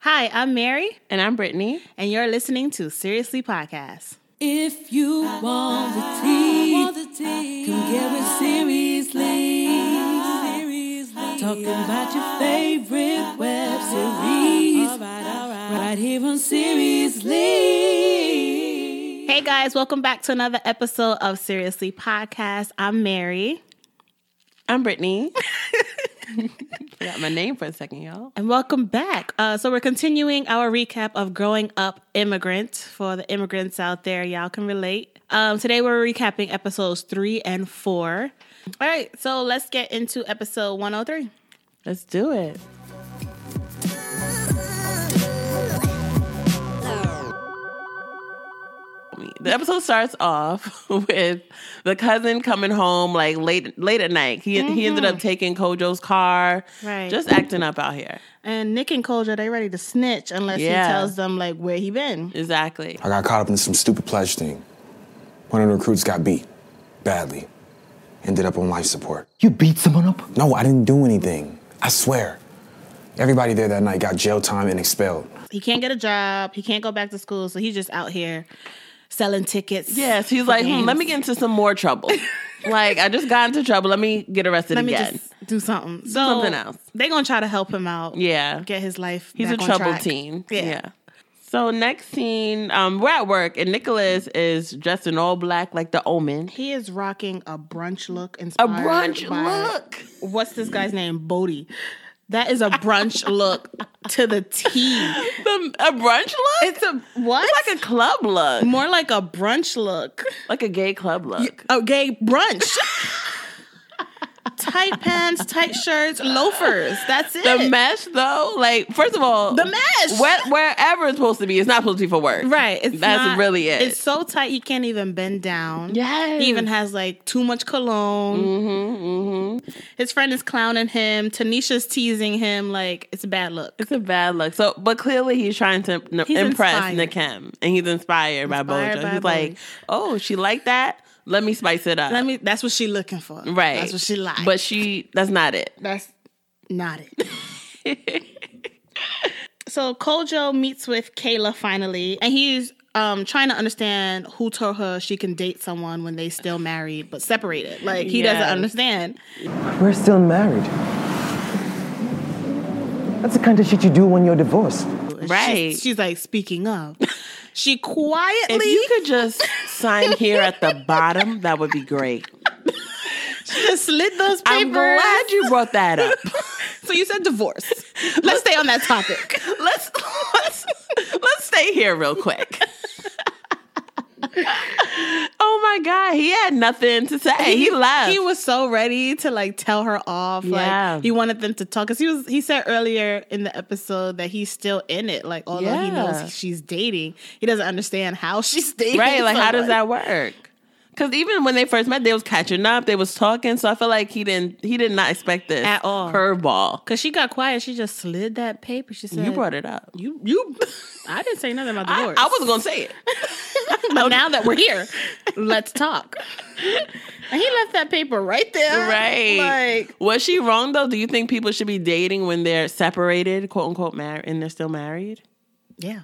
Hi, I'm Mary, And I'm Brittany. and you're listening to Seriously Podcast. If you want the tea, come get with seriously. Talking about your favorite web series, right here on Seriously. Hey guys, welcome back to another episode of Seriously Podcast. I'm Mary, I'm Brittany. Forgot my name for a second, y'all. and welcome back. Uh, so we're continuing our recap of growing up immigrant for the immigrants out there. Y'all can relate. Um, today we're recapping episodes three and four. All right, so let's get into episode 103. Let's do it. The episode starts off with the cousin coming home like late late at night. He he ended up taking Kojo's car. Mm-hmm. Right. Just acting up out here. And Nick and Koja, they ready to snitch unless Yeah. he tells them like where he been. Exactly. I got caught up in some stupid pledge thing. One of the recruits got beat badly. Ended up on life support. You beat someone up? No, I didn't do anything. I swear. Everybody there that night got jail time and expelled. He can't get a job. He can't go back to school. So he's just out here selling tickets. Yes, he's like, hmm, games. let me get into some more trouble. like I just got into trouble. Let me get arrested Let me again. just do something. So something else. They gonna try to help him out. yeah. Get his life. He's back a on trouble track. teen. Yeah. Yeah. So next scene, um, we're at work and Nicholas is dressed in all black like the omen. He is rocking a brunch look A inspired. brunch by- look. What's this guy's name? Bodie. That is a brunch look to the T. The, a brunch look? It's a What? it's like a club look. more like a brunch look. Like a gay club look. A gay brunch. tight pants, tight shirts, loafers. That's it. The mesh though, like first of all, The mesh! where, wherever it's supposed to be, it's not supposed to be for work. Right. It's That's not- really it. It's so tight you can't even bend down. Yes. He even has like too much cologne. Mm-hmm, mm-hmm. His friend is clowning him. Tanisha's teasing him. Like it's a bad look. It's a bad look. So, but clearly he's trying to n- He's impress inspired. Nakem, and he's inspired, by Inspired Bojo. by he's Bojo. like, "Oh, she like that. Let me spice it up." Let me. That's what she looking for. right. That's what she like. But she, that's not it. that's not it. so Kojo meets with Kayla finally, and he's um trying to understand who told her she can date someone when they still married but separated. Like he Yes. doesn't understand. We're still married. That's the kind of shit you do when you're divorced. She's- Right. She's, like, speaking of. She quietly If you could just sign here at the bottom, that would be great. just slid those papers. I'm glad you brought that up. So you said divorce. Let's stay on that topic. let's let's let's stay here real quick. oh my god, he had nothing to say. He, left. He was so ready to like tell her off. Yeah. Like he wanted them to talk. Cause he was he said earlier in the episode that he's still in it. Like although he Yeah. knows she's dating, he doesn't understand how she's dating. Right? Like, how does someone. that work? Because even when they first met, they was catching up, they was talking. So I feel like he didn't, he did not expect this At all. curveball. Cause she got quiet. She just slid that paper. She said You brought it up. You you I didn't say nothing about I, divorce. I was gonna say it. but now that we're here, let's talk. And he left that paper right there. Right. Like was she wrong though? Do you think people should be dating when they're separated, quote unquote, married, and they're still married? Yeah.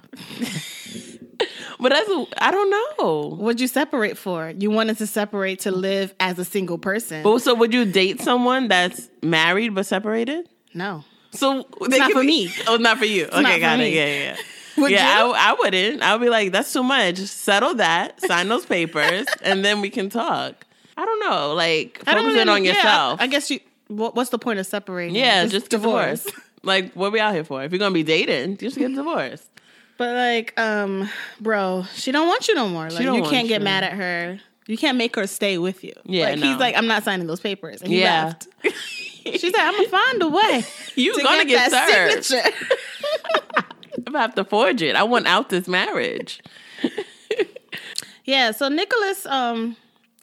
But that's I don't know. What'd you separate for? You wanted to separate to live as a single person. But so would you date someone that's married but separated? no. So they not can for be- me. Oh, not for you. okay, not for got it. me. Yeah, yeah. yeah. Would yeah, you? I, I wouldn't. I would be like, that's too much. Settle that. Sign those papers, and then we can talk. I don't know. Like I don't focus in really- on yeah, yourself. I, I guess you. What, what's the point of separating? yeah, just, divorce. like what we out here for? If you're gonna be dating, just get divorced. But like, um, bro, she don't want you no more. Like, don't you want can't get you. mad at her. You can't make her stay with you. Yeah, like, no. he's like, I'm not signing those papers. And he Yeah. left. She's like, I'm gonna find a way. You're to gonna get, that served. signature. I'm gonna have to forge it. I want out this marriage. yeah. So Nicholas, um,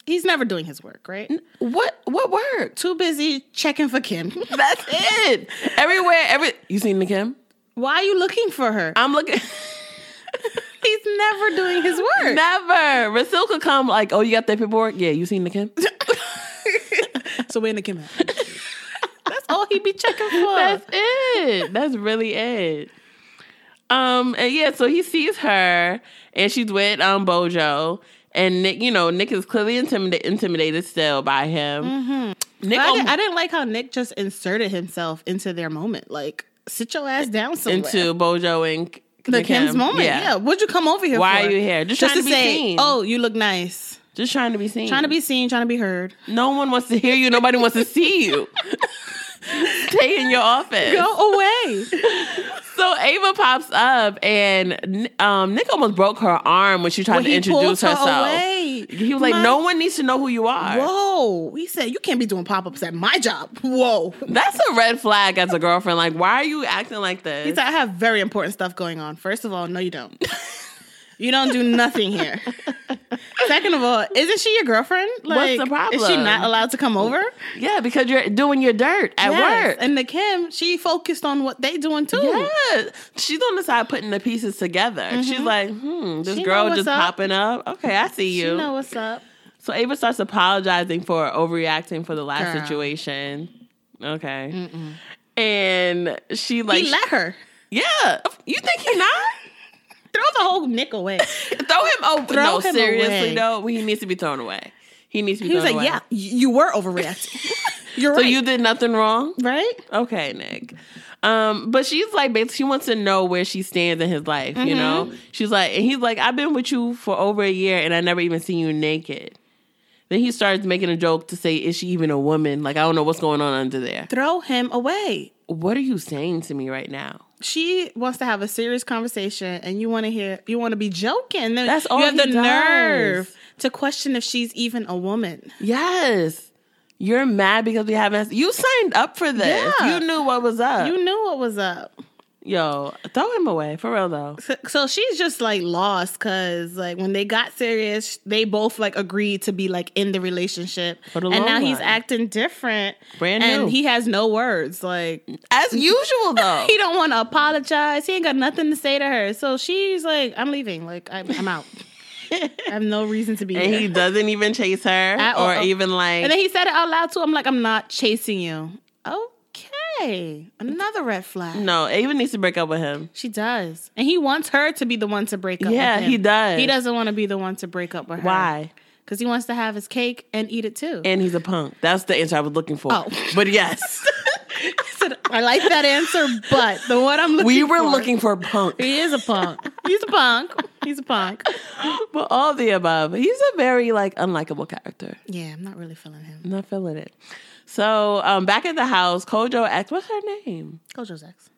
he's never doing his work. Right. What what worked? Too busy checking for Kim. That's it. Everywhere, every you seen the Kim? Why are you looking for her? I'm looking He's never doing his work. Never. Rasil could come like, oh, you got that paperwork? Yeah, you seen the Kim? So when it came out. That's all he be checking for. That's it. That's really it. Um, and yeah, so he sees her, and she's with um Bojo, and Nick. You know, Nick is clearly intimida- intimidated still by him. Nick, But I, almost- didn't, I didn't like how Nick just inserted himself into their moment. Like, sit your ass down somewhere. into Bojo and K- the Nick Kim's Kim. moment. Yeah. What'd you come over here Why for? are you here? Just trying to be say, seen. oh, you look nice. just trying to be seen, Trying to be seen, trying to be heard. No one wants to hear you. Nobody wants to see you. Stay in your office. Go away. So Ava pops up, and um, Nick almost broke her arm when she tried When to he introduce pulls her herself. away. He was like, My- "No one needs to know who you are." Whoa. He said, you can't be doing pop ups at my job. Whoa. That's a red flag as a girlfriend. Like, why are you acting like this? He's like, I have very important stuff going on. First of all, no, you don't. you don't do nothing here. Second of all, isn't she your girlfriend? What's Is the she problem? not allowed to come over? yeah, because you're doing your dirt at Yes. work. And the Kim, she focused on what they doing too. yeah, she's on the side putting the pieces together. She's like, "Hmm, this Mm-hmm. She know girl what's just up. popping up. Okay, I see you." You know what's up. So Ava starts apologizing for overreacting for the last Girl. situation. Okay. And she like he let her. Yeah. You think he not? Throw the whole nick away. Throw him over. Throw no, him seriously away. though. He needs to be thrown away. He needs to be He was thrown like, away. yeah, y- you were overreacting. You're So right. you did nothing wrong? right? Okay, Nick. Um, but she's like basically she wants to know where she stands in his life, you Mm-hmm. know? She's like and he's like, I've been with you for over a year and I never even seen you naked. Then he starts making a joke to say, Is she even a woman? Like I don't know what's going on under there. Throw him away. what are you saying to me right now? She wants to have a serious conversation and you want to hear, you want to be joking. Then That's all you have he the does. nerve to question if she's even a woman. Yes. You're mad because we haven't. You signed up for this. Yeah. You knew what was up. You knew what was up. Yo, throw him away for real though. So, so she's just like lost because like when they got serious, they both like agreed to be like in the relationship, For the and long now he's run. acting different, Brand and new. Oh. he has no words. Like As usual though. he don't want to apologize. He ain't got nothing to say to her. So she's like, "I'm leaving. Like I'm, I'm out. I have no reason to be and here." he doesn't even chase her At or all. even like. and then he said it out loud too. I'm like, "I'm not chasing you." Okay, another red flag. no, Ava needs to break up with him. She does, and he wants her to be the one to break up. Yeah, with him. he does. He doesn't want to be the one to break up with her. Why? Because he wants to have his cake and eat it too. And he's a punk. That's the answer I was looking for. Oh. But yes, I like that answer, but the one I'm looking we were for- looking for punk. He is a punk. He's a punk. He's a punk. But all the above. He's a very like unlikable character. Yeah, I'm not really feeling him. Not feeling it. So um, back at the house, Kojo asks, "What's her name?" Kojo's ex.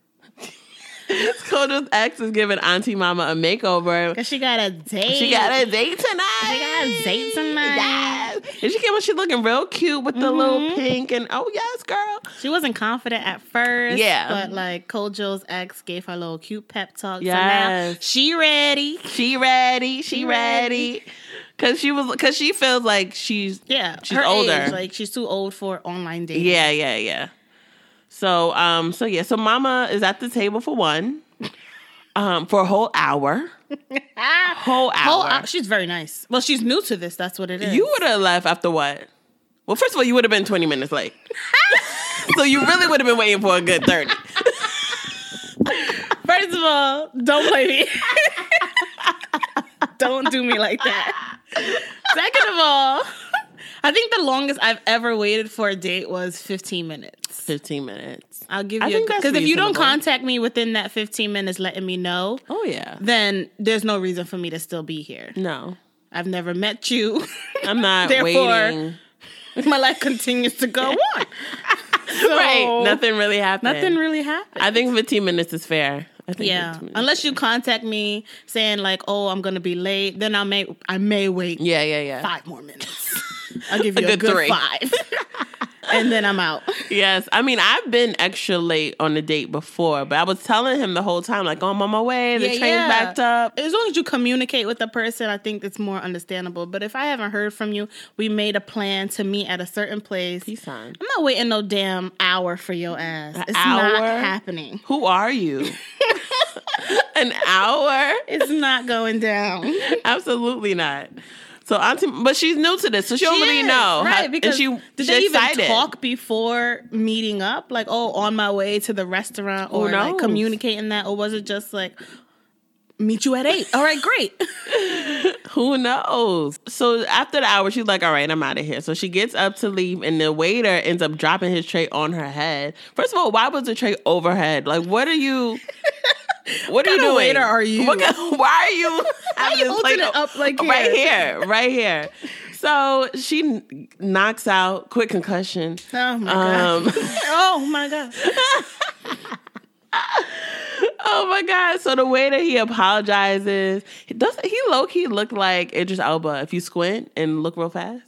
Kojo's ex is giving Auntie Mama a makeover. Because she got a date. She got a date tonight. She got a date tonight. Yes. And she came out, she looking real cute with the little pink and oh yes, girl. She wasn't confident at first. Yeah. But like Kojo's ex gave her a little cute pep talk. So now Yes. she ready. She ready. She ready. Cause she was cause she feels like she's Yeah. She's her older. age, like she's too old for online dating. Yeah, yeah, yeah. So, um, so yeah, so Mama is at the table for one, um, for a whole hour, whole hour. Whole, uh, she's very nice. Well, she's new to this. That's what it is. you would have left after what? Well, first of all, you would have been twenty minutes late, so you really would have been waiting for a good thirty. First of all, don't play me. don't do me like that. Second of all, I think the longest I've ever waited for a date was 15 minutes. Fifteen minutes. I'll give I you think that's because if you don't reasonable. contact me within that 15 minutes letting me know, Oh yeah. then there's no reason for me to still be here. No, I've never met you. I'm not Therefore- waiting. My life continues to go on. So, Right. Nothing really happened. Nothing really happened. I think fifteen minutes is fair. I think Yeah, 15 minutes. unless you contact me saying like, "Oh, I'm gonna be late," then I may I may wait Yeah, yeah, yeah. five more minutes. I'll give you a good, good three. five, and then I'm out. Yes. I mean, I've been extra late on a date before, but I was telling him the whole time, like, oh, I'm on my way. The Yeah, train's yeah. backed up. As long as you communicate with the person, I think it's more understandable. But if I haven't heard from you, we made a plan to meet at a certain place. Peace sign. I'm not waiting no damn hour for your ass. It's not hour? happening. Who are you? An hour? It's not going down. Absolutely not. So auntie, but she's new to this, so she don't really Yes, know. right? how, because and she did she's they even excited. talk before meeting up? Like, oh, on my way to the restaurant, or like knows? communicating that, or was it just like, Meet you at eight. All right, great. Who knows? So after the hour, she's like, all right, I'm out of here. So she gets up to leave, and the waiter ends up dropping his tray on her head. First of all, why was the tray overhead? Like, what are you? What, are you kind of doing? waiter are you? What kind- why are you? having you this holding plate it up like right here? here, right here? So she kn- knocks out, quick concussion. Oh my Um, god. Oh my god. Oh my god! So the way that he apologizes, he does he low key look like Idris Elba if you squint and look real fast?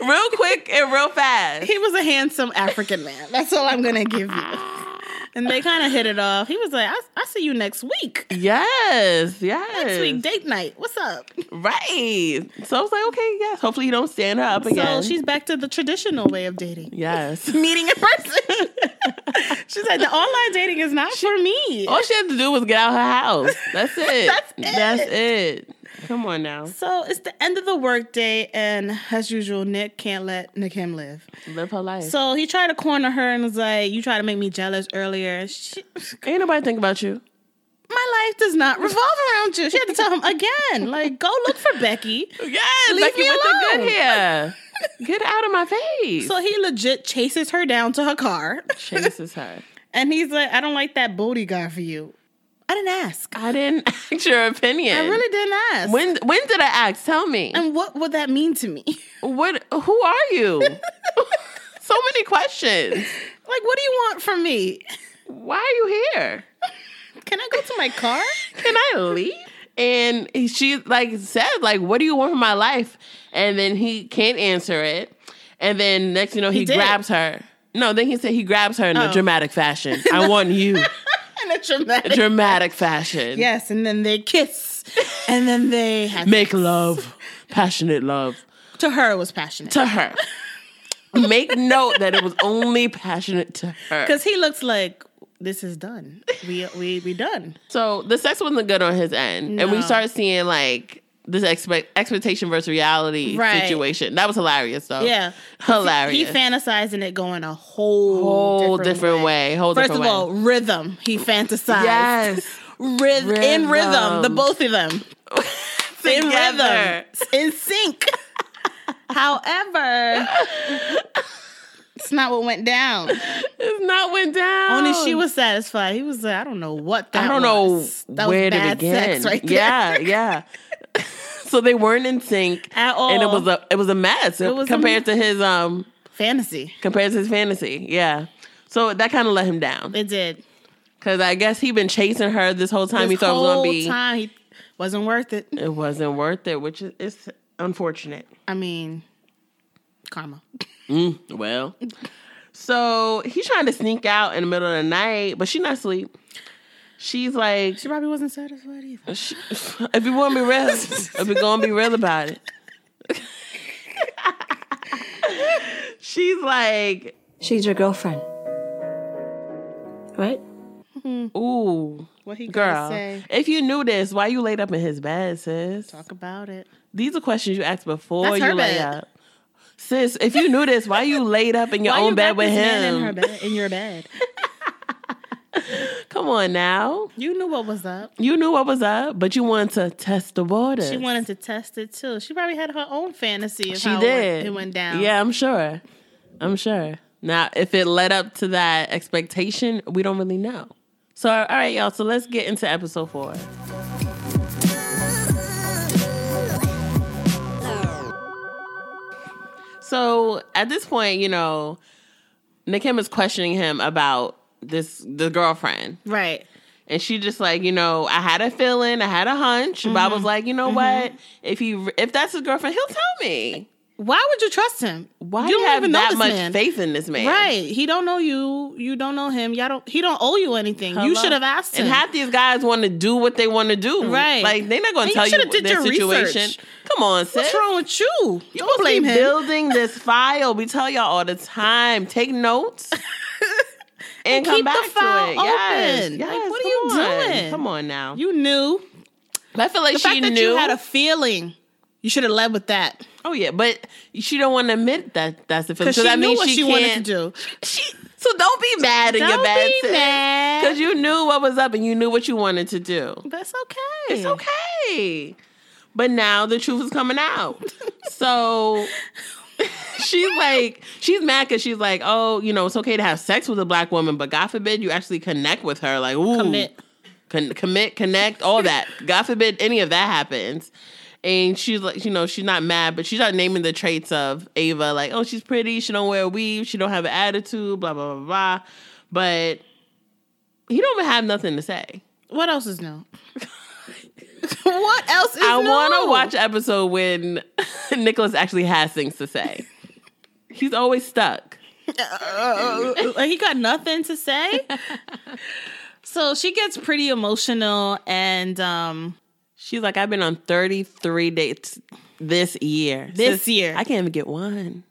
real quick and real fast. He was a handsome African man. That's all I'm gonna give you. And they kind of hit it off. He was like, I, "I see you next week. Yes, yes, Next week, date night. What's up?" right. So I was like, okay, yes. Hopefully, you don't stand her up again. So she's back to the traditional way of dating, yes. meeting in person. Oh. she's like, "The online dating is not for me." All she had to do was get out her house. That's it. That's it. That's it. Come on now, So it's the end of the workday, and as usual, Nick can't let Nick him live. live her life. So he tried to corner her and was like, "You tried to make me jealous earlier. She, Ain't nobody think about you. my life does not revolve around you." She had to tell him again, like, "Go look for Becky." Yes, Leave Becky me with the alone. good hair. Get out of my face. So he legit chases her down to her car, chases her. and he's like, "I don't like that booty guy for you. I didn't ask. I didn't ask your opinion. I really didn't ask. When when did I ask? Tell me. and what would that mean to me? What? Who are you? so many questions. like, what do you want from me? Why are you here? Can I go to my car?" Can I leave? And she like said like, "What do you want from my life?" And then he can't answer it. And then next, you know, he, did. grabs her. No, then he said he grabs her in a Oh. dramatic fashion. I want you, In a dramatic. dramatic fashion. Yes, and then they kiss, and then they have make love, passionate love to her it was passionate to her. Make note that it was only passionate to her. because he looks like this is done. We we we done. So the sex wasn't good on his end, and No. we started seeing like this expect expectation versus reality Right. situation. That was hilarious, though. Yeah, He hilarious. fantasized in it going a whole Whole different way. Whole First different of all, way. rhythm. He fantasized. yes, Ryth- in rhythm. The Rhythm. both of them in rhythm, Together. in sync. However, it's not what went down. It's not went down. Only she was satisfied. He was like, I don't know what that Oh. I don't was. know That where was to bad begin. sex right there. Yeah, yeah. so they weren't in sync At all. and it was a it was a mess was a compared to his um Fantasy. compared to his fantasy. Yeah. So that kind of let him down It did. because I guess he been chasing her this whole time. This he thought it was whole gonna be. time he wasn't worth it. It wasn't worth it, which is it's unfortunate. I mean, karma. Well, so he's trying to sneak out in the middle of the night, but she not asleep. She's like, She probably wasn't satisfied either. Sh if you want to be real, if you gonna be real about it, she's like, She's your girlfriend. Right? "Ooh, What he girl, gonna say? if you knew this, why you laid up in his bed, sis? Talk about it. These are questions you asked before That's you her lay bed. up, sis. If you knew this, why you laid up in your Why own you bed got with this man him? in her bed, in your bed. Come on now, You knew what was up. you knew what was up, but you wanted to test the water. She wanted to test it too. She probably had her own fantasy of She how it went- did. It, went, down. Yeah, I'm sure. I'm sure. Now, if it led up to that expectation, we don't really know. So, all right, y'all. So let's get into episode four. So at this point, you know, Nikim is questioning him about this the girlfriend. Right. And she just like, you know, I had a feeling, I had a hunch, but I Mm-hmm. was like, you know what? If he if that's his girlfriend, he'll tell me. Why would you trust him? Why do you you have that this much man. faith in this man? Right. He don't know you. You don't know him. Y'all don't. He don't owe you anything. You Hello? should have asked him. And half these guys want to do what they want to do. Right. Like they're not going And to you tell you, shoulda did their your situation. research. Come on, sis. What's wrong with you? You don't supposed to blame be him. building this file. We tell y'all all the time. Take notes. And, come keep the back file to it. Yes, open. yes, Like, what are come you on. doing? Come on now. You knew. I feel like The she fact that knew. you had a feeling, you should have led with that. oh yeah, but she don't want to admit that that's the feeling. Because So she that knew means what she, wanted to can't- do. She So don't be mad at your Don't bad be mad. Because you knew what was up and you knew what you wanted to do. But it's okay. It's okay. But now the truth is coming out. so she's like, she's mad because she's like, oh, you know, it's okay to have sex with a black woman, but God forbid you actually connect with her. Like, ooh, Commit. Con- commit, connect, all that. God forbid any of that happens. And she's like, you know, she's not mad, but she's not naming the traits of Ava. Like, oh, she's pretty. She don't wear a weave. She don't have an attitude. Blah blah blah blah. But he don't have nothing to say. What else is new? what else is I new? want to watch an episode when Nicholas actually has things to say. He's always stuck. Like, he got nothing to say. so she gets pretty emotional and um She's like, I've been on 33 dates this year. This Sis, year. I can't even get one.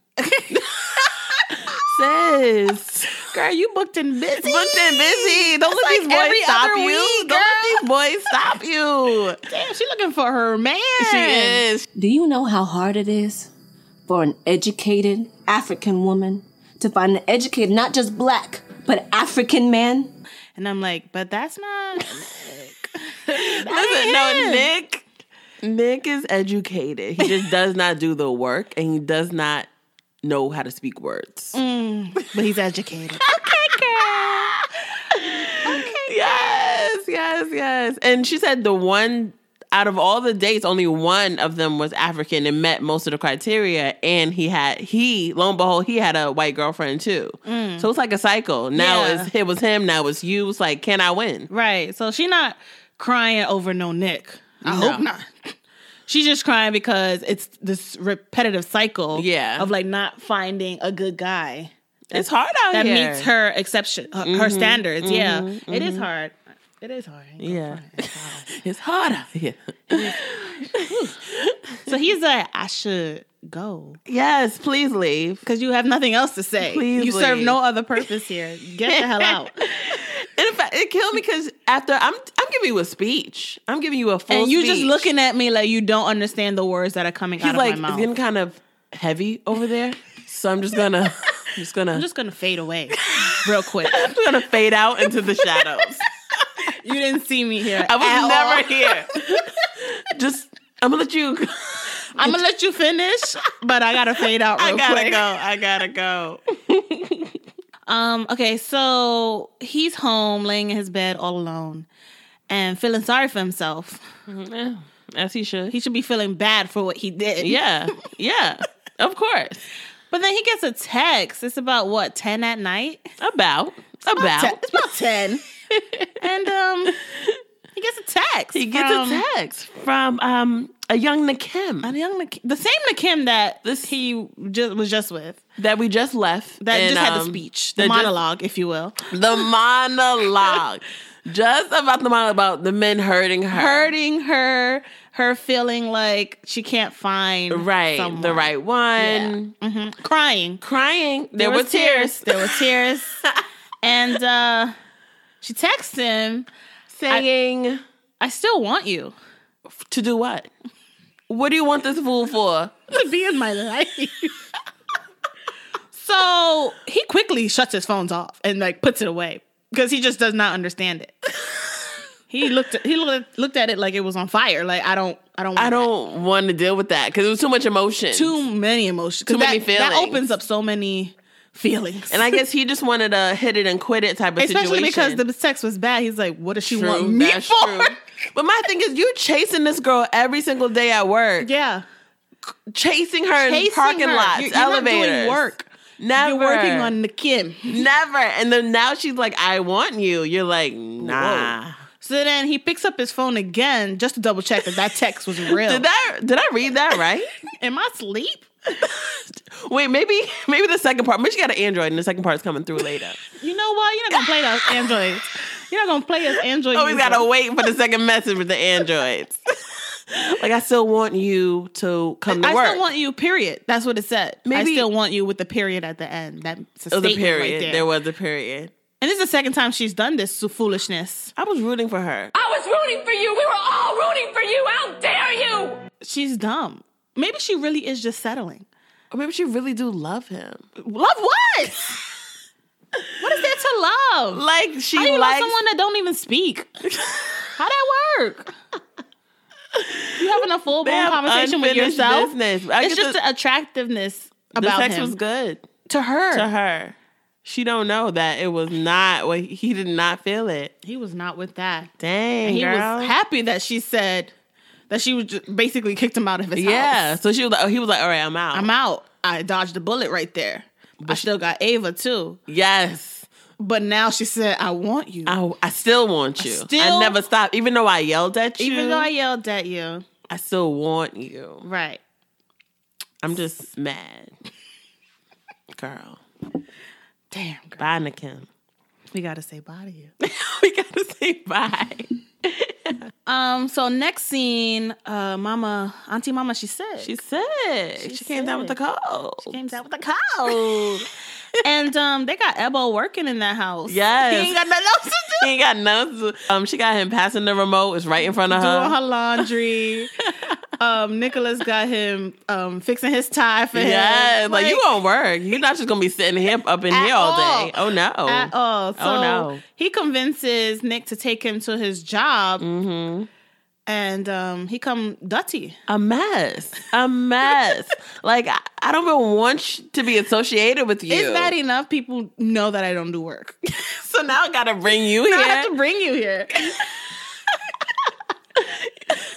Sis. girl, you booked and busy. Booked and busy. Don't let these every boys stop other you. week, Don't let these boys stop you. Damn, she looking for her man. She is. Do you know how hard it is for an educated African woman to find an educated, not just black, but African man? And I'm like, but that's not Listen, no, Nick. Nick is educated. He just does not do the work, and he does not know how to speak words. but he's educated. Yes, yes, yes. And she said the one out of all the dates, only one of them was African and met most of the criteria. And he had he, lo and behold, he had a white girlfriend too. So it's like a cycle. Now Mm. Yeah. it's it was him. Now it's you. It's like, can I win? Right. So she not crying over no Nick. I hope not. She's just crying because it's this repetitive cycle Yeah. of like not finding a good guy It's hard out that here. meets her exception uh, her, her Mm-hmm. standards. yeah. It is hard. It is hard. Yeah, it's hard out here. So he's like, I should go. Yes, please leave. Because you have nothing else to say. Please you serve leave. no other purpose here. Get the hell out. And in fact, it killed me because after I'm I'm giving you a speech. I'm giving you a full and you just speech. looking at me like you don't understand the words that are coming out He's of like my it's mouth. getting kind of heavy over there, so I'm just gonna I'm just gonna I'm just gonna fade away real quick. I'm just gonna fade out into the shadows. You didn't see me here. I was never here. just I'm gonna let you. I'm gonna let you finish, but I gotta fade out. Real I gotta quick. go. I gotta go. Um. Okay. So he's home, laying in his bed all alone, and feeling sorry for himself. As he should. He should be feeling bad for what he did. yeah, yeah. Of course. But then he gets a text. It's about what ten at night. About about. Te- It's about ten. and um, he gets a text. he gets from- a text from um a young Nakim. The young Nik- the same Nakim that this he just was just with that we just left. that and, just had the um, speech, the that just- monologue, if you will. the monologue. just about the monologue about the men hurting her. hurting her, her feeling like she can't find Right. someone. The right one. crying. Crying. There, were was tears. There were tears, and uh, she texts him, Saying "I still want you to do what? What do you want this fool for? to be in my life." so he quickly shuts his phones off and like puts it away because he just does not understand it. He looked. He looked, looked at it like it was on fire. Like I don't. I don't. Want I that. don't want to deal with that because it was too much emotion. Too many emotions. Too many That feelings. opens up so many feelings. and I guess he just wanted to hit it and quit it type of Especially because situation. the text was bad. He's like, "What does she True, want me that's for?" true. But my thing is, you chasing this girl every single day at work, Yeah, chasing her in Chasing parking her. lots, You're- you're not doing elevators, work. Never. you're working on the Kim. Never. And then now she's like, I want you. You're like, nah. So then he picks up his phone again just to double check that that text was real. Did that did I read that right? Am I asleep? Wait, maybe maybe the second part. Maybe she got an Android and the second part's coming through later. You know what? You're not gonna play those androids. You're not gonna play as android. Always user. Oh, gotta wait for the second message with the Androids. like I still want you to come to I work. still want you. Period. That's what it said. Maybe- I still want you with the period at the end. That's a it was a statement period. right there. there. was a period. and this is the second time she's done this so foolishness. I was rooting for her. I was rooting for you. We were all rooting for you. How dare you? She's dumb. Maybe she really is just settling. Or maybe she really do love him. Love what? What is there to love? Like she How do you love likes someone that don't even speak? How that work? You having a full They blown have conversation with unfinished yourself? business. I It's get just the- the attractiveness the about sex him was good to her. to her. She don't know that it was not. Well, he did not feel it. He was not with that. Dang, He girl. was happy that she said that she was just basically kicked him out of his yeah. house. So she was like, oh, he was like, all right, I'm out. I'm out. I dodged a bullet right there. I still got Ava too. Yes. But now she said, I want you. I, I still want you. I, still- never stopped. Even though I yelled at you, Even though I yelled at you. I still want you. Right. I'm just mad. Girl. Damn, girl. Bye, Nakim. We gotta say bye to you. we gotta say bye. Um, so next scene, uh Mama, Auntie Mama, she said She said she, came down with the sick. cold. came down with a cold. and um they got Ebo working in that house. Yes. He ain't got nothing else to do. He ain't got nothing. to- Um, she got him passing the remote. It's right in front of doing her. her laundry. um, Nicholas got him um, fixing his tie for him. Yeah, like, you gonna work. You're not just gonna be sitting here up in At here all all. day. Oh no. at all. So Oh, no. he convinces Nick to take him to his job, Mm-hmm. and um, he come dutty. A mess. A mess. like I, I don't even want sh- to be associated with you. It's e- bad enough people know that I don't do work. So now I gotta bring you here. I have to bring you here.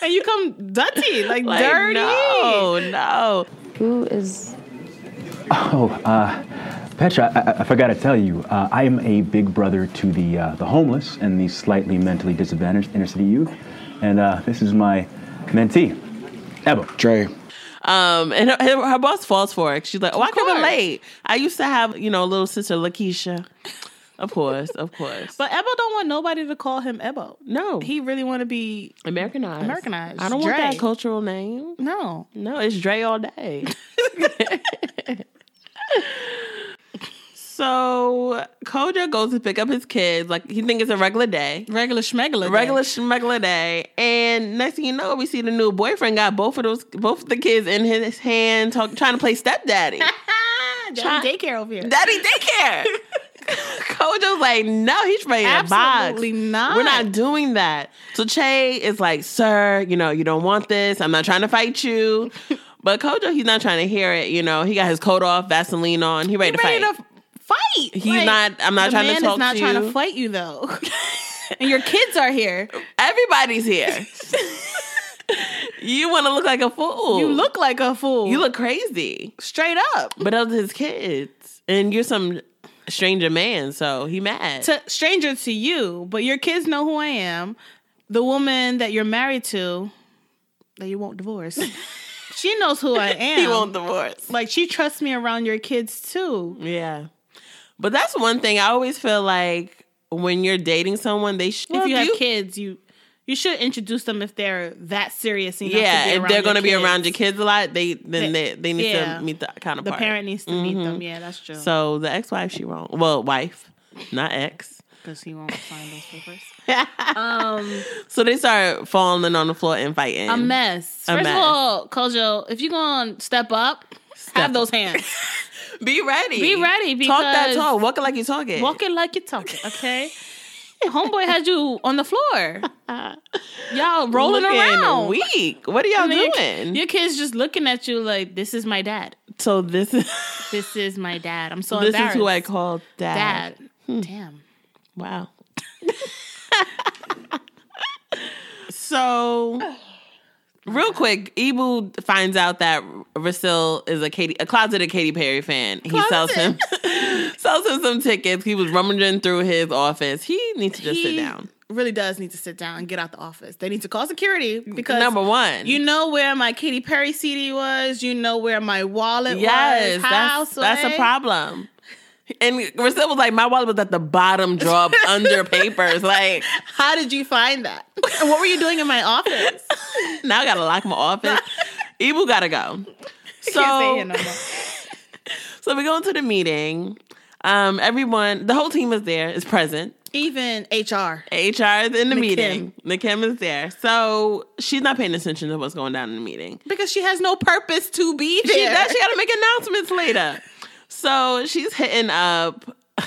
and you come dutty, like, Like, dirty. No, no. Who is Oh, uh, Petra, I- I, I forgot to tell you, uh, I am a big brother to the uh, the homeless and the slightly mentally disadvantaged inner city youth, and uh, this is my mentee, Ebo. Dre, Um, and her, her, her boss falls for it. She's like, "Oh, I can course. relate. I used to have, you know, a little sister, Lakeisha. Of course, of course. But Ebo don't want nobody to call him Ebo. no, He really want to be Americanized. Americanized. I don't want Dre. that cultural name. no. No, it's Dre all day. so Koja goes to pick up his kids. Like he thinks it's a regular day. Regular schmegler. Regular schmegler day, and next thing you know, we see the new boyfriend got both of those, both of the kids in his hand, talk, trying to play stepdaddy. Daddy daycare over here. daddy daycare. Kojo's like, no, he's ready to box. Absolutely not. We're not doing that. So Che is like, sir, you know, you don't want this. I'm not trying to fight you. But Kojo, he's not trying to hear it. You know, he got his coat off, Vaseline on. He ready to ready fight. to fight. He's not- I'm not the trying to man talk is not to trying you. to fight you though. and your kids are here. Everybody's here. you want to look like a fool. You look like a fool. you look crazy. straight up. But those are his kids, and you're some stranger man, so he mad. To stranger to you, but your kids know who I am. The woman that you're married to, that you won't divorce. she knows who I am. he won't divorce. like she trusts me around your kids too. Yeah. But that's one thing I always feel like when you're dating someone, they should. if you have kids, you you should introduce them if they're that serious. Enough yeah, to be if around they're your going to be kids. around your kids a lot, they then they, They- they, need yeah. to meet the counterpart. the parent needs to meet them. Yeah, that's true. Mm-hmm. So the ex-wife, she wrong. Well, wife, not ex. because he won't sign those papers. So they start falling on the floor and fighting. A mess. A First mess. of all, Kojo, if you're gonna step up, have those hands. Be ready. Be ready talk that because- talk. Walk it like you talk it. Walk it like you're talking, okay? Homeboy had you on the floor. Y'all rolling Looking around. Weak. What are y'all And then your- doing? Your kids just looking at you like, this is my dad. so this is This is my dad. I'm so this is embarrassed. who I call dad. Hmm. dad. Damn. Wow. so, real quick, Ebu finds out that Rasil is a Katy, a closeted Katy Perry fan. He sells him sells him some tickets. He was rummaging through his office. He needs to just sit He down. Really does need to sit down and get out the office. They need to call security because Number one, You know where my Katy Perry CD was. You know where my wallet yes, was. that's House that's a way. problem. And Rasil was like, my wallet was at the bottom drawer under papers. Like, How did you find that? And what were you doing in my office? now I gotta lock my office. Ebu gotta go. So So we go into the meeting. Um, everyone, the whole team is there, is present. Even HR. HR is in the meeting. Nikim is there. So she's not paying attention to what's going down in the meeting. Because she has no purpose to be She, there. that, she gotta make announcements later. So she's hitting up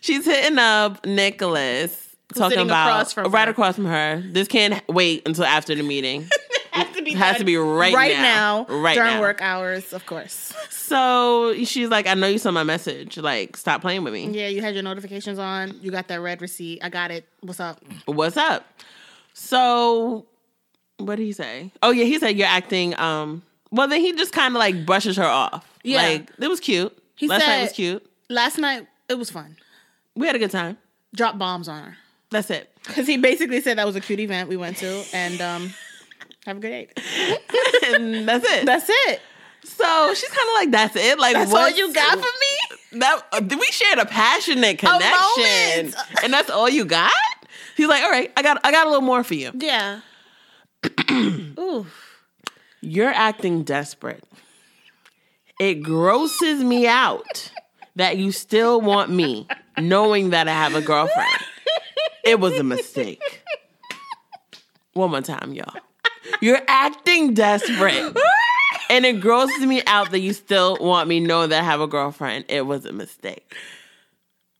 She's hitting up Nicholas, talking sitting about across from right her. across from her. This can't wait until after the meeting. has to be Has to be right now. Right during now. work hours, of course. so she's like, "I know you saw my message. Like, stop playing with me. Yeah, you had your notifications on. You got that red receipt. I got it. What's up? What's up?" So, what did he say? Oh yeah, he said you're acting. Um, well then he just kind of like brushes her off. Yeah. like it was cute. He Last night said- was cute. Last night it was fun. We had a good time. Drop bombs on her That's it. because he basically said that was a cute event we went to, and um, have a good day. and that's it. That's it. so she's kind of like, "That's it. Like, That's all what's- you got for me. That uh, we shared a passionate moment. connection, and that's all you got. He's like, all right, I got, I got a little more for you. Yeah. Ooh. You're acting desperate. It grosses me out that you still want me, knowing that I have a girlfriend. It was a mistake. One more time, y'all. You're acting desperate. And it grosses me out that you still want me, knowing that I have a girlfriend. It was a mistake.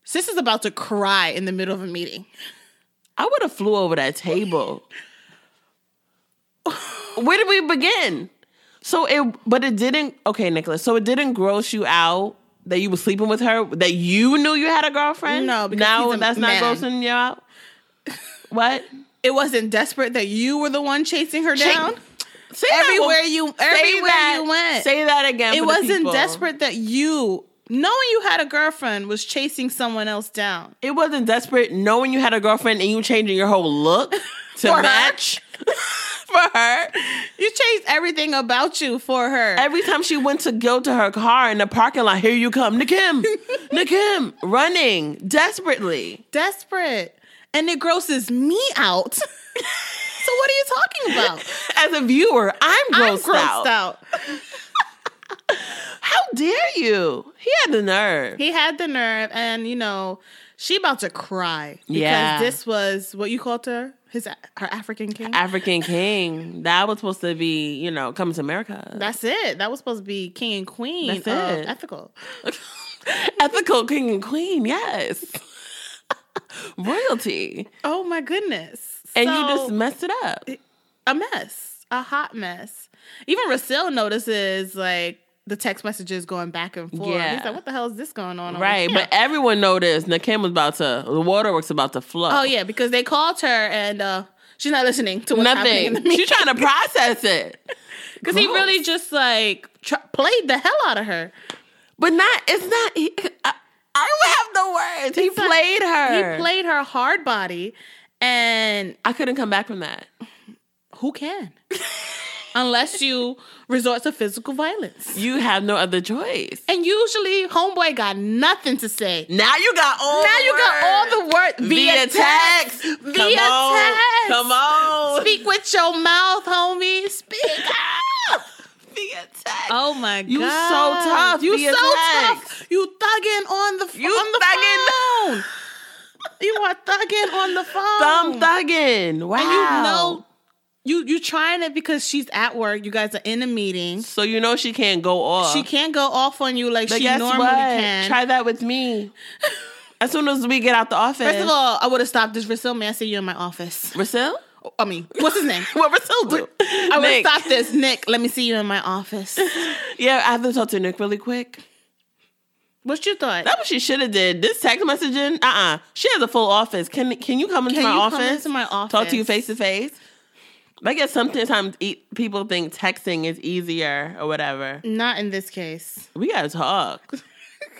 Sis is about to cry in the middle of a meeting. I would have flew over that table. Where did we begin? So it, but it didn't. Okay, Nicholas. So it didn't gross you out that you were sleeping with her. That you knew you had a girlfriend. No, because now he's a that's man. not grossing you out. What? It wasn't desperate that you were the one chasing her Chase- down. Say Everywhere one- you- say everywhere that- you went. Say that again. It for the wasn't people. desperate that you, knowing you had a girlfriend, was chasing someone else down. It wasn't desperate knowing you had a girlfriend and you changing your whole look to For her. match for her. You changed everything about you for her. Every time she went to go to her car in the parking lot, here you come, Nakim, Nakim, running desperately. desperate. And it grosses me out. so what are you talking about? As a viewer, I'm grossed, I'm grossed out. out. How dare you? He had the nerve. He had the nerve and you know, she about to cry because Yeah. this was what you called her? His her African king. African King. That was supposed to be, you know, coming to America. That's it. That was supposed to be king and queen That's of it. ethical. Ethical King and Queen, yes. Royalty. Oh my goodness. And So- you just messed it up. a mess, a hot mess. Even Rasil notices like the text messages going back and forth. Yeah. He's like, "What the hell is this going on?" over Right. here?" But everyone noticed Nakim was about to, the waterworks about to flow. oh yeah, because they called her and uh, she's not listening to what's happening in the Nothing. meeting She's trying to process it. because he really just like tr- played the hell out of her. But not, it's not. He, I, I don't have the words. He not- played her. He played her hard body, and I couldn't come back from that. who can? Unless you resort to physical violence. You have no other choice. And usually, homeboy got nothing to say. Now you got all. Now you got all the words via, text. Via come on. text. Come on. Speak with your mouth, homie. Speak up. Via text. Oh my god. You so tough. You Via so text. tough. You thugging on the phone. You on the thugging. phone. You are thugging on the phone. Thumb thugging. Wow. And you know you you trying it because she's at work. You guys are in a meeting. So you know she can't go off. She can't go off on you like Uh-huh. But she guess normally what? can. Try that with me. as soon as we get out the office. First of all, I would have stopped this. Rasil, may I see you in my office? Rasil. I mean, what's his name? What Rasil do? I would Nick. stop this. Nick, let me see you in my office. Yeah, I have to talk to Nick really quick. What you thought? That's what she should have did. This text messaging, uh uh She has a full office. Can can you come into Can my you office? come into my office? Talk to you face to face. I guess sometimes e- people think texting is easier or whatever. Not in this case. We gotta talk.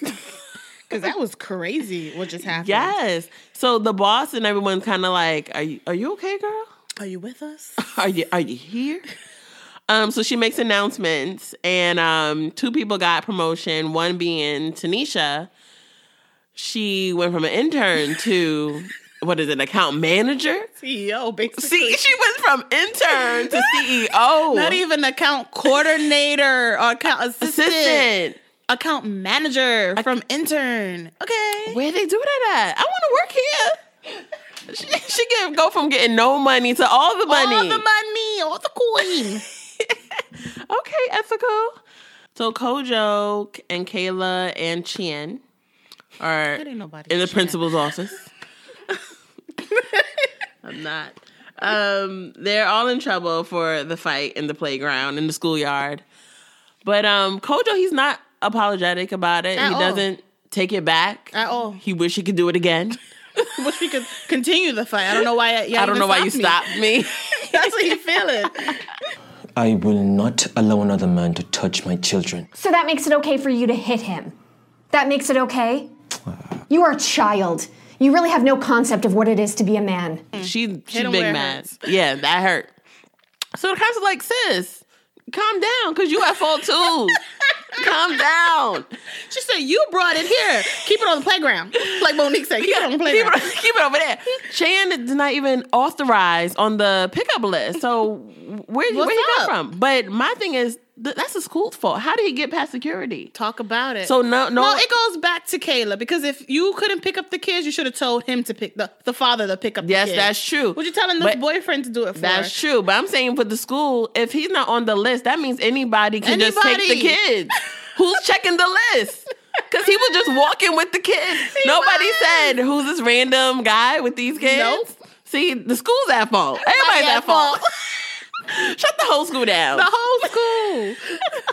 Because that was crazy what just happened. Yes. So the boss and everyone's kind of like, "Are you are you okay, girl? Are you with us? Are you are you here?" Um, so she makes announcements, and um, two people got promotion. One being Tanisha, she went from an intern to what is it, account manager? Yo, E basically. See, she went from intern to E CEO. Not even account coordinator or account assistant. assistant. Account manager from intern. Okay. Where they do that at? I want to work here. She, she can go from getting no money to all the money. All the money. All the coin. Okay, ethical. So Kojo and Kayla and Chien All right. That ain't nobody. in the shit. principal's office. I'm not. Um, they're all in trouble for the fight in the playground in the schoolyard. But um, Kojo, he's not apologetic about it. At he all. doesn't take it back. At all. He wish he could do it again. Wish we could continue the fight. I don't know why. y'all I don't even know why you me. stopped me. That's what you feeling. I will not allow another man to touch my children. So that makes it okay for you to hit him. That makes it okay? You are a child. You really have no concept of what it is to be a man. she she him big where it mad. hurts. Yeah, that hurt. So the cops are like, sis, calm down, cause you at fault too. calm down. She said, "You brought it here. Keep it on the playground." Like Monique said, "Keep it on the keep, playground." it, keep it over there. Shan did not even authorize on the pickup list. So where where What's he up? come from? But my thing is th- that's the school's fault. How did he get past security? Talk about it. So no no Well, it goes back to Kayla because if you couldn't pick up the kids, you should have told him to pick the, the father to pick up. Yes, the kids. that's true. Would you telling this But- boyfriend to do it for? That's true, but I'm saying for the school, if he's not on the list, that means anybody can just take the Anybody. kids. Who's checking the list? Because he was just walking with the kids. Nobody was. said who's this random guy with these kids. Nope. See, the school's at fault. Everybody's at at fault. Shut the whole school down. The whole school.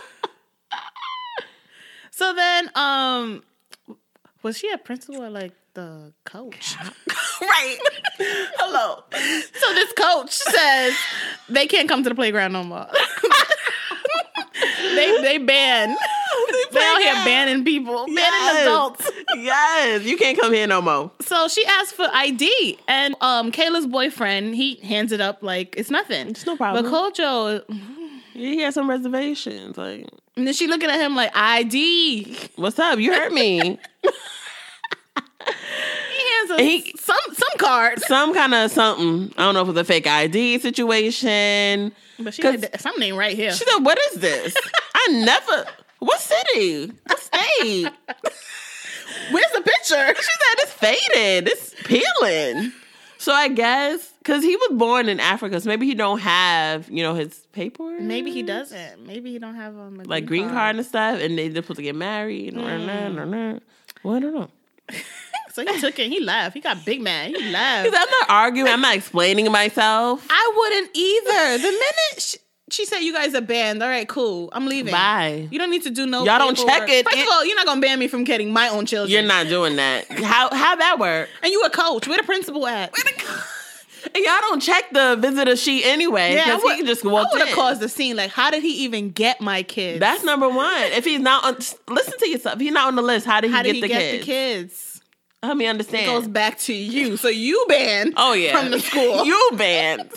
so then, um, was she a principal or like the coach? right. Hello. So this coach says they can't come to the playground no more. they they ban. They out here banning people, banning Yes. adults. Yes, you can't come here no more. So she asked for ID, and um, Kayla's boyfriend he hands it up like it's nothing. It's no problem. But Kojo, He had some reservations. Like, and then she looking at him like ID. He what's up? You heard me. hands us He- some some cards. some kind of something. I don't know if it's a fake ID situation. But she 'Cause- like, "Th- something ain't right here. She said, "What is this? I never. What city? What state? Where's the picture? She said it's faded. It's peeling. So I guess because he was born in Africa, so maybe he don't have you know his paperwork. Maybe he doesn't. Maybe he don't have Mm. um, a like green card and stuff, and they they're supposed to get married. and Nah, nah, nah. Well, I don't know. So he took it. He left. He got big mad. He left. 'Cause I'm not arguing. I'm not explaining myself. I wouldn't either. The minute she, she said you guys are banned, all right, cool, I'm leaving. Bye. You don't need to do no. Y'all don't paperwork. check it. First It- of all, you're not gonna ban me from getting my own children. You're not doing that. How how that work? And you a coach? Where the principal at? And y'all don't check the visitor sheet anyway. I Yeah, he would- just walked I would in. have caused the scene. Like, how did he even get my kids? That's number one. If he's not on, listen to yourself. If he's not on the list, how did he how get, did he the, get kids? the kids? Help me understand. It goes back to you. So you banned. oh yeah, from the school. you banned.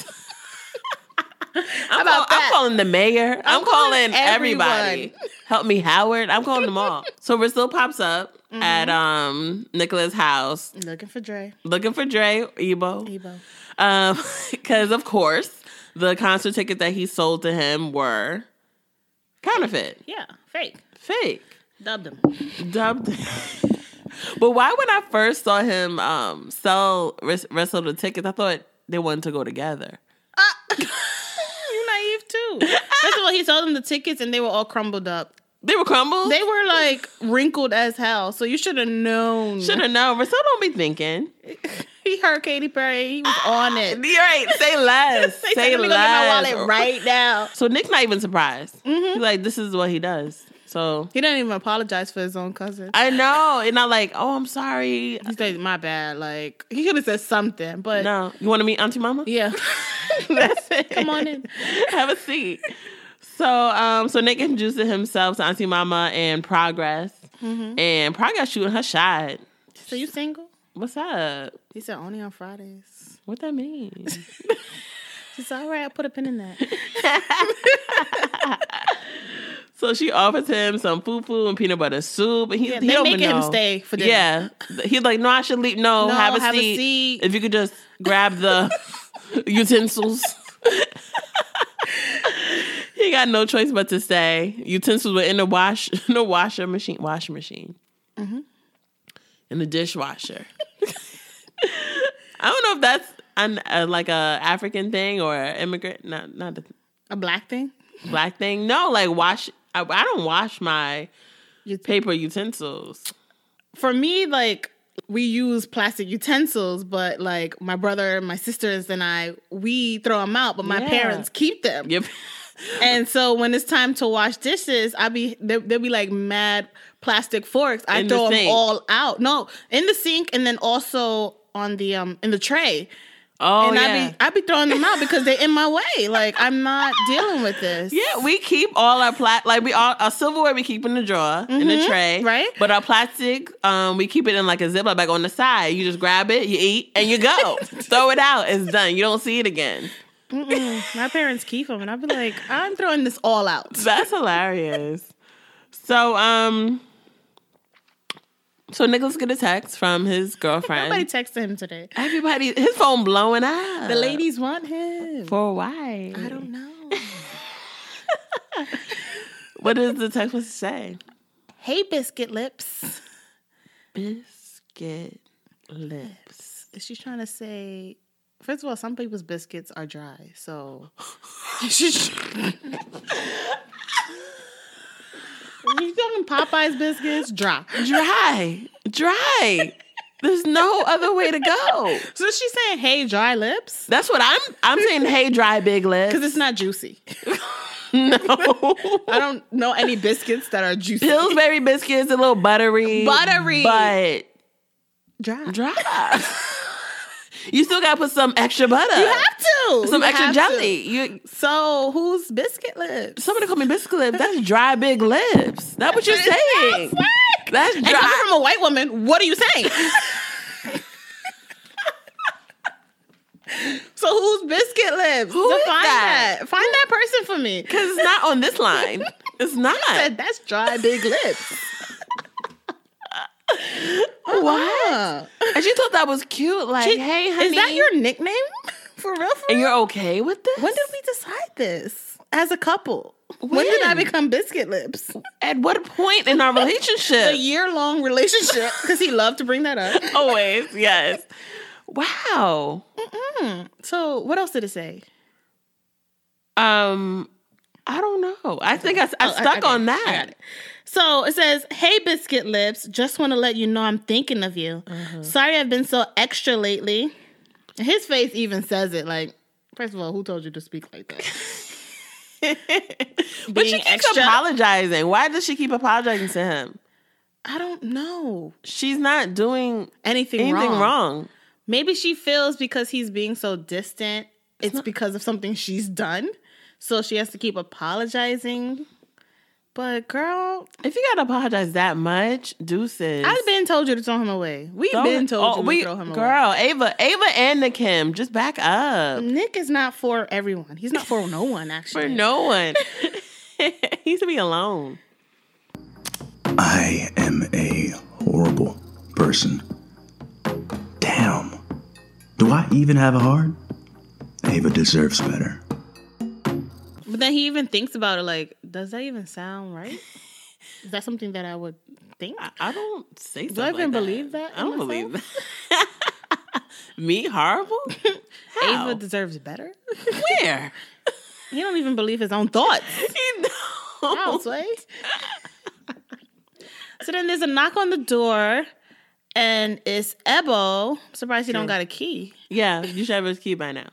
I'm, about call- I'm that? calling the mayor. I'm, calling calling, everybody. everyone. Help me, Howard. I'm calling them all. So Brazil pops up Mm-hmm. at um Nicola's house looking for Dre. looking for Dre Ebo. Mm-hmm. Ebo. Um, because of course the concert tickets that he sold to him were counterfeit, Yeah, fake. fake, Dubbed him. dubbed. but why, when I first saw him um sell res- wrestle the tickets, I thought they wanted to go together. You naive too. First of all, he sold them the tickets, and they were all crumbled up. They were crumbled. They were like wrinkled as hell, so you should have known. should have known. Russell don't be thinking. He heard Katy Perry. He was on it. You're right. Say less. They Ah, say said, "Let me go less. Mm-hmm. get my wallet right now. So Nick's not even surprised. He's like, this is what he does. So He didn't even apologize for his own cousin. I know, and not like, oh, I'm sorry. He said, "My bad." Like he could have said something, but No, you want to meet Auntie Mama? yeah, That's it. come on in. Have a seat. So, um, so Nick introduces himself to Auntie Mama and Progress, and Progress shooting her shot. So you single? What's up? He said, "Only on Fridays." What that mean? She said, "All right, I'll put a pin in that." so she offers him some fufu and peanut butter soup, and he, Yeah, he they don't making even him know. stay for dinner. Yeah, he's like, no, I should leave. No, No, have, a, have a seat. seat. If you could just grab the utensils. he got no choice but to stay. Utensils were in the wash, in the washer machine, washing machine, Mm-hmm. in the dishwasher. I don't know if that's an, uh, like a African thing or immigrant, not not a A black thing. black thing. No, like wash. I, I don't wash my You paper utensils. for me, like we use plastic utensils, but like my brother, my sisters, and I, we throw them out, but my Yeah. parents keep them. Yep. And so when it's time to wash dishes, I be there- there'll be like mad plastic forks. I In the throw them sink. all out. No, in the sink, and then also on the um in the tray. Oh and yeah. I be I be throwing them out because they're in my way. Like I'm not dealing with this. yeah, we keep all our plat like we all our silverware we keep in the drawer in the tray, Mm-hmm, right. But our plastic, um, we keep it in like a Ziploc bag on the side. You just grab it, you eat, and you go. Throw it out. It's done. You don't see it again. My parents keep them, and I be like, I'm throwing this all out. That's hilarious. So um, so Nicholas get a text from his girlfriend. Somebody texted him today. Everybody, his phone blowing up. The ladies want him. for why? I don't know. What does the text message say? hey, biscuit lips. Biscuit lips. Is she trying to say? First of all, some people's biscuits are dry, so she's you talking Popeyes biscuits dry. Dry, dry. There's no other way to go. So she's saying, "Hey, dry lips," That's what I'm. I'm saying. Hey, dry big lips. because it's not juicy. no I don't know any biscuits that are juicy. Pillsbury biscuits, a little buttery, Buttery. but dry. dry. you still gotta put some extra butter. You have to some You extra have jelly. to. You So who's biscuit lips? somebody call me biscuit lips. That's dry big lips. That's what you're That's what it saying. sounds like. That's And coming dry. from a white woman, what are you saying? so who's biscuit lips? Who is Define that? Find that person for me. Because it's not on this line. It's not. Said, That's dry big lips. What? Uh, And she thought that was cute. Like, hey, honey, is that your nickname? For real? For real? and you're okay with this? When did we decide this as a couple? when did I When? become biscuit lips? At what point in our A relationship? year long relationship because he loved to bring that up. Always, yes. Wow. So what else did it say? Um, I don't know. I think I, I Oh, I- stuck okay. on I got that. it. So it says, Hey, Biscuit Lips, just want to let you know I'm thinking of you. Mm-hmm. Sorry I've been so extra lately. And His face even says it. Like, first of all, who told you to speak like that? But she Being keeps extra- apologizing. Why does she keep apologizing to him? I don't know. She's not doing Anything, anything wrong. wrong. Maybe she feels because he's being so distant, it's because of something she's done. So she has to keep apologizing. But girl, If you gotta apologize that much, deuces. I've been told you to throw him away. We've Don't- been told oh, you to we- throw him away. Girl, Ava, Ava and Nakim, just back up. Nick is not for everyone. He's not for no one, actually. For no one. he needs to be alone. I am a horrible person. Damn. Do I even have a heart? Ava deserves better. But then he even thinks about it like, does that even sound right? Is that something that I would think? I don't say Do I even believe that? I don't believe that. Me horrible? How? Ava deserves better. Where? He don't even believe his own thoughts. You know. Wow, Sway. so then there's a knock on the door, and it's Ebo. I'm surprised you don't got a key Yeah, you should have a key by now.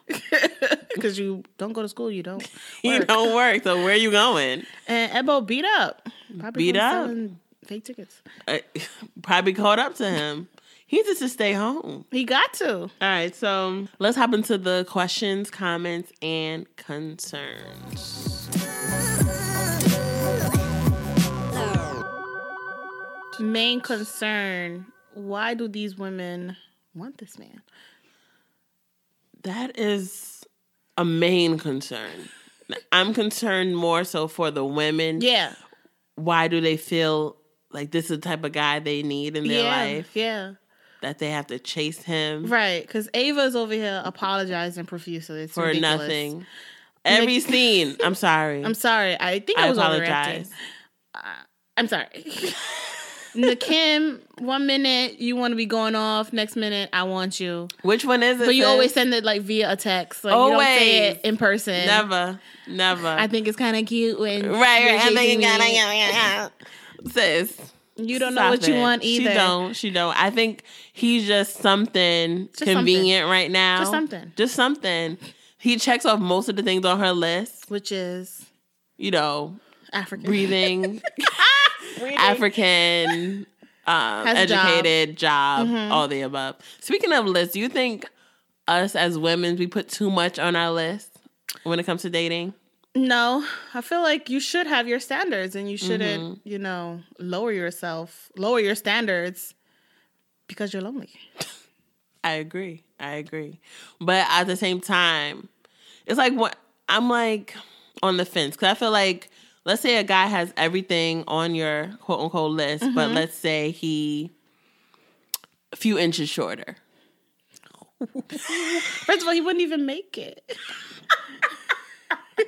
because you don't go to school. You don't. You work. don't work, so where you going? And Ebo beat up. Probably Beat from up? selling Fake tickets. Uh, probably caught up to him. He just to stay home. He got to. All right, so let's hop into the questions, comments, and concerns. main concern why do these women want this man That is a main concern. I'm concerned more so for the women. yeah Why do they feel like this is the type of guy they need in their yeah life yeah that they have to chase him right because ava's over here apologizing profusely it's for ridiculous. nothing? Every scene. I'm sorry. i'm sorry i think i, I was apologize. overreacting Uh, i'm sorry Nakim, one minute you want to be going off, next minute I want you. Which one is it? But you sis? always send it like via a text. Like you don't say Always. it in person. never, never. I think it's kind of cute when Right, you're right. I chasing think you me. gotta, yeah, yeah, yeah. Sis, You don't know Stop what you it. want either. She don't. She don't. I think he's just something something. convenient right now. Just something. Just something. He checks off most of the things on her list. Which is You know, African. breathing, African, um, Has a job. educated, job, all the above. Speaking of lists, do you think us as women we put too much on our list when it comes to dating? No, I feel like you should have your standards and you shouldn't, Mm-hmm. you know, lower yourself, lower your standards because you're lonely. I agree. I agree. But at the same time, it's like what I'm like on the fence because I feel like let's say a guy has everything on your quote unquote list, but let's say he a few inches shorter. First of all, he wouldn't even make it.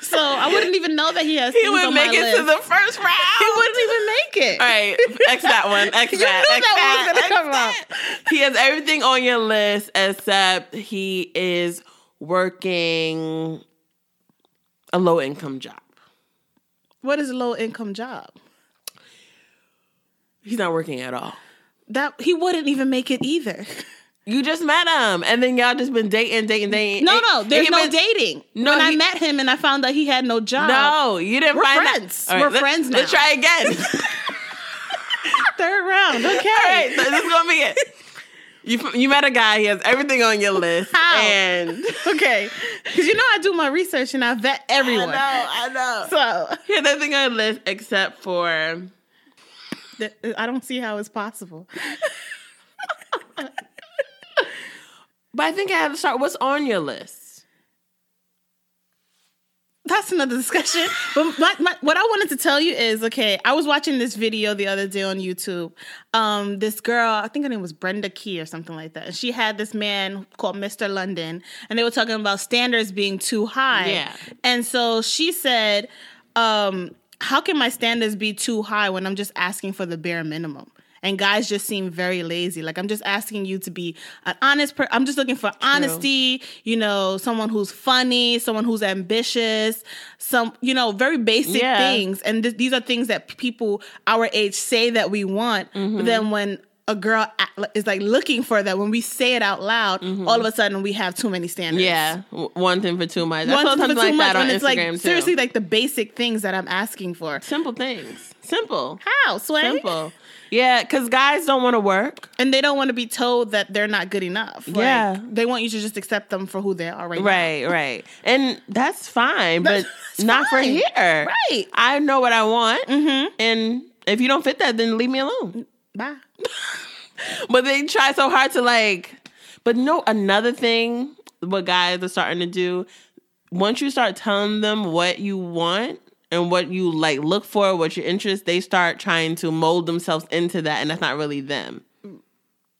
so I wouldn't even know that he has. He would make it to the first round. He wouldn't even make it. All right, X that one. X You that. knew X that one was gonna come X that. He has everything on your list except he is working a low income job. What is a low income job? He's not working at all. That he wouldn't even make it either. You just met him, and then y'all just been dating, dating, dating. No, And- no, and there's he no been- dating. No, when I he- met him and I found out he had no job. No, you didn't We're find out- friends. All We're let's- friends Let's now. try again. third round. Okay, All right, so this is gonna be it. You f- you met a guy. He has everything on your list, How? and okay, because you know I do my research and I vet everyone. I know. So he has everything on your list except for th- I don't see how it's possible. But I think I have to start. What's on your list? That's another discussion. But my, my, what I wanted to tell you is, okay, I was watching this video the other day on YouTube. Um, this girl, I think her name was Brenda Key or something like that. And she had this man called Mr. London, and they were talking about standards being too high. Yeah. And so she said, um, how can my standards be too high when I'm just asking for the bare minimum? And guys just seem very lazy. Like I'm just asking you to be an honest per I'm just looking for honesty, you know, someone who's funny, someone who's ambitious, some, you know, very basic Yeah. things. And th- these are things that people our age say that we want, Mm-hmm. but then when a girl a- is like looking for that, when we say it out loud, all of a sudden we have too many standards Mm-hmm. Yeah, w- one thing for too much. I once saw for something too like much that on when Instagram it's like too. seriously like the basic things that I'm asking for. simple things. Simple, How sway? simple. Yeah, because guys don't want to work. And they don't want to be told that they're not good enough. Like, Yeah. they want you to just accept them for who they are right, now. Right, right, and that's fine, but That's not for fine. here. Right. Mm-hmm. I know what I want, and if you don't fit that, then leave me alone. Bye. But they try so hard to like. But no, another thing what guys are starting to do once you start telling them what you want and what you like look for, what your interests, they start trying to mold themselves into that, and that's not really them.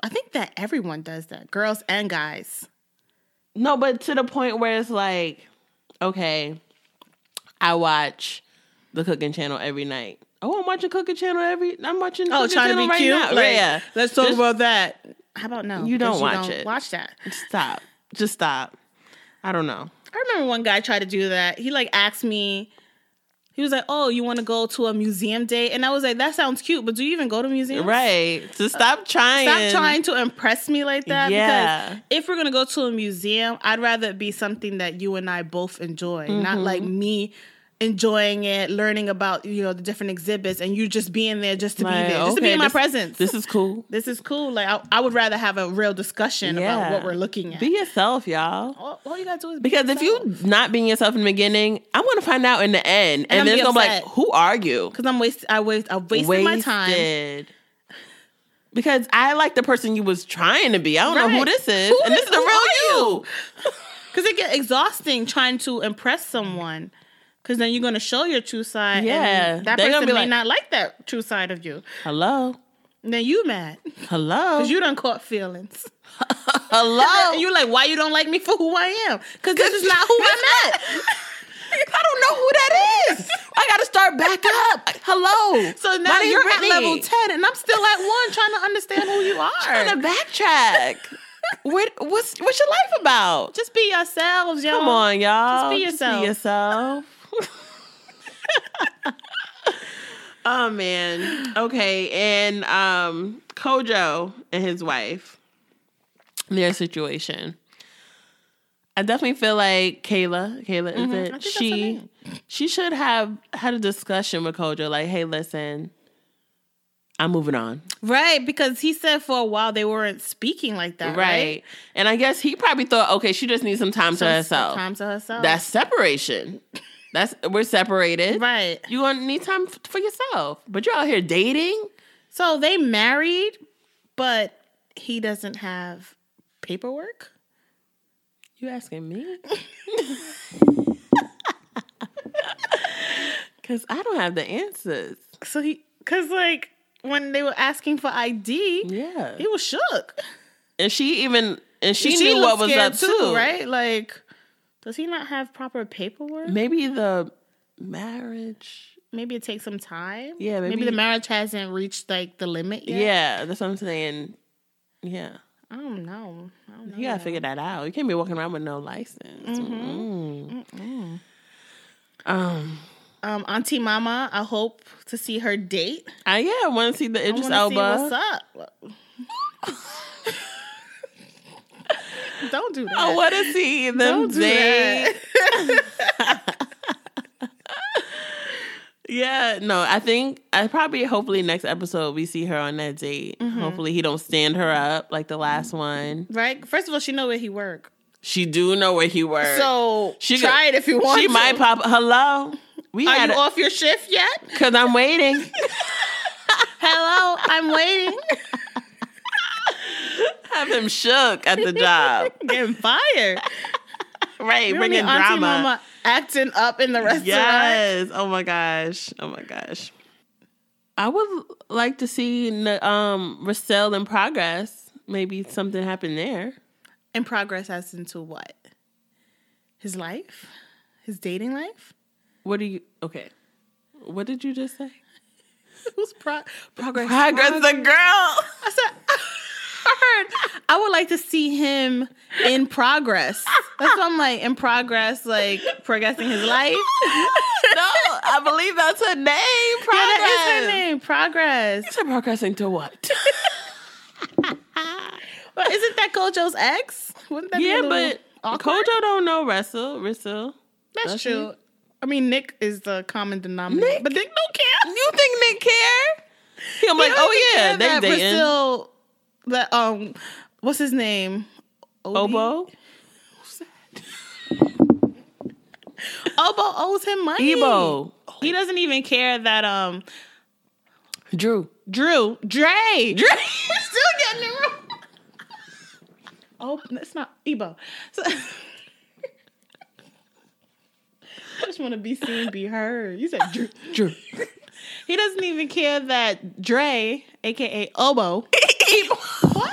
I think that everyone does that, girls and guys. No, but to the point where it's like, okay, I watch the cooking channel every night. Oh, I'm watching cooking channel every. I'm watching. Oh, cooking trying to channel be right cute. Now. Like, yeah, Let's talk Just about that. How about no? You don't Because watch it. Watch that. Stop. Just stop. I don't know. I remember one guy tried to do that. He like asked me, he was like, "Oh, you want to go to a museum day?" And I was like, "That sounds cute, but do you even go to museums?" Right. So stop trying. Uh, Stop trying to impress me like that. Yeah. Because if we're gonna go to a museum, I'd rather it be something that you and I both enjoy, not like Mm-hmm. me enjoying it, learning about you know the different exhibits, and you just being there just to Like, be there, just to be okay, in my this- presence. This is cool. this is cool. Like I, I would rather have a real discussion Yeah. about what we're looking at. Be yourself, y'all. all, all you gotta do is be Because if you not being yourself in the beginning, I want to find out in the end, and, I'm then it's be gonna be like, upset. who are you? because I'm waste I waste I wasted, my time. Wasted. Because I like the person you was trying to be. I don't know who Right. this is, Who and this is- is the who real are you. Because it gets exhausting trying to impress someone. Because then you're going to show your true side. Yeah. And that They gonna person be may like- not like that true side of you. Hello, And then you mad. hello, Because you done caught feelings. hello. And you're like, why you don't like me for who I am? Because this is not who I'm at. I don't know who that is. I got to start back up. Hello. So now My name's you're Brittany. at level 10 and I'm still at one trying to understand who you I'm are. gonna backtrack. what, what's what's your life about? Just be yourselves, y'all. Come on, y'all. Just be yourself. yourself. Oh man. Okay, and um Kojo and his wife, their situation. I definitely feel like Kayla, Kayla is it? She she should have had a discussion with Kojo, like, hey, listen, I'm moving on. Right, because he said for a while they weren't speaking like that. Right. Right. And I guess he probably thought, okay, she just needs some time to herself. Time to herself. That's separation. That's we're separated. right. You gonna need time f- for yourself. But you're out here dating. So they married, but he doesn't have paperwork. You asking me? Cause I don't have the answers. So he, cause like when they were asking for ID, Yeah. he was shook. And she even and she, She knew what looked was scared up too, right? Like, does he not have proper paperwork? Maybe the marriage. Maybe it takes some time. Yeah, maybe, maybe- the marriage hasn't reached like the limit Yeah. yet. that's what I'm saying. Yeah. I don't know. I don't know. You gotta figure that out. You can't be walking around with no license. Mm-hmm. Mm. Um, Um, Auntie Mama, I hope to see her date. I yeah, want to see the I Idris wanna see Elba. what's up. don't do that. I want to see them Don't do date. that. Yeah, no, I think I probably hopefully next episode we see her on that date. Mm-hmm. Hopefully he don't stand her up like the last one. Right? First of all, she know where he work. She do know where he works. So She she go- try it if you want. she to. might pop. Hello, we Are had you off your shift yet? because I'm waiting. Hello, I'm waiting. Have him shook at the job. Getting fired. Right, You bringing don't need Auntie drama. Mama acting up in the restaurant. Yes. Oh my gosh. Oh my gosh. I would like to see um Racel in progress. Maybe something happened there. In progress as into what? His life? His dating life? What do you? Okay. What did you just say? Who's pro- progress? Progress the girl. I said, I heard. I would like to see him in progress. That's what I'm like in progress, like progressing his life. No, I believe that's her name. Progress. Yeah, that is her name, Progress. Is it progressing to what? But isn't that Kojo's ex? Wouldn't that yeah, be a little but awkward? Kojo don't know Russell. Russell. That's does true. I mean, Nick is the common denominator, Nick? but Nick don't care. You think Nick care? He, I'm like, He don't oh even yeah, care that they dating. Brazil, that um, what's his name? Odie? Oboe. Oboe owes him money. Ebo. He doesn't even care that um, Drew. Drew, Dre, Drew. still getting it wrong. Oh, that's not Ebo. So, I just want to be seen, be heard. You said Drew. Drew. He doesn't even care that Dre, aka Obo. what?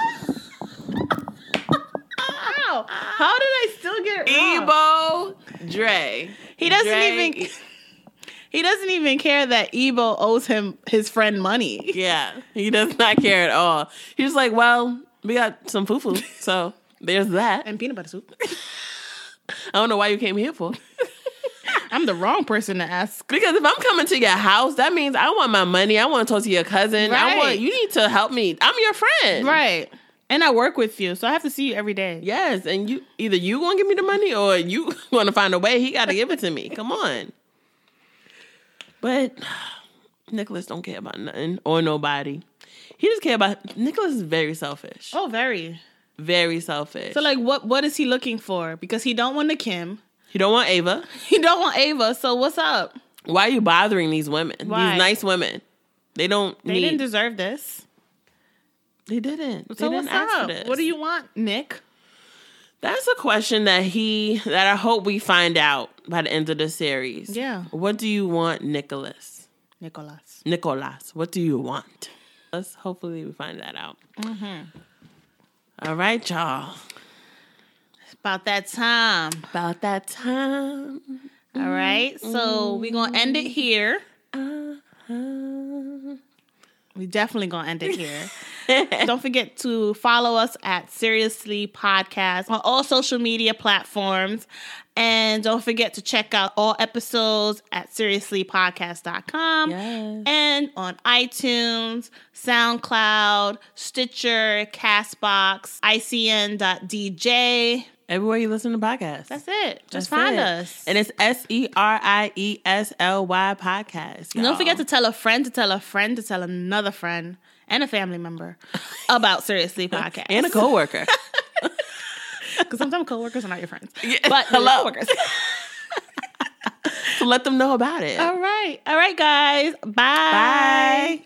Ow! How did I still get it wrong? Ebo. Dre. He doesn't Dre- even. He doesn't even care that Ebo owes him his friend money. Yeah, he does not care at all. He's like, well, we got some fufu, so there's that. And peanut butter soup. I don't know why you came here for. I'm the wrong person to ask. Because if I'm coming to your house, that means I want my money. I want to talk to your cousin. I want Right. you need to help me. I'm your friend. Right. And I work with you, so I have to see you every day. Yes, and you either you gonna give me the money or you gonna find a way. He gotta give it to me. Come on. But Nicholas don't care about nothing or nobody. He just care about Nicholas is very selfish. Oh, very. Very selfish. So like, what what is he looking for? Because he don't want the Kim. he don't want Ava. He don't want Ava. So what's up? Why are you bothering these women? Why? These nice women. They don't They need didn't deserve this. they didn't. They So didn't what's ask up? for this. What do you want, Nick? That's a question that he that I hope we find out by the end of the series. Yeah. What do you want, Nicholas? Nicholas. Nicholas, what do you want? Let's hopefully we find that out. Mm-hmm. All right, y'all. About that time. About that time. All right. So we're gonna end it here. Uh-huh. We definitely gonna end it here. Don't forget to follow us at Seriously Podcast on all social media platforms. And don't forget to check out all episodes at seriouslypodcast.com Yes. and on iTunes, SoundCloud, Stitcher, Castbox, ICN.dj. Everywhere you listen to podcasts. That's it. Just That's find it. us. And it's S E R I E S L Y And podcast. y'all. Don't forget to tell a friend to tell a friend to tell another friend and a family member about Seriously Podcast. and a coworker. Because sometimes coworkers are not your friends. But hello. hello. Coworkers. to let them know about it. All right. All right, guys. Bye. Bye.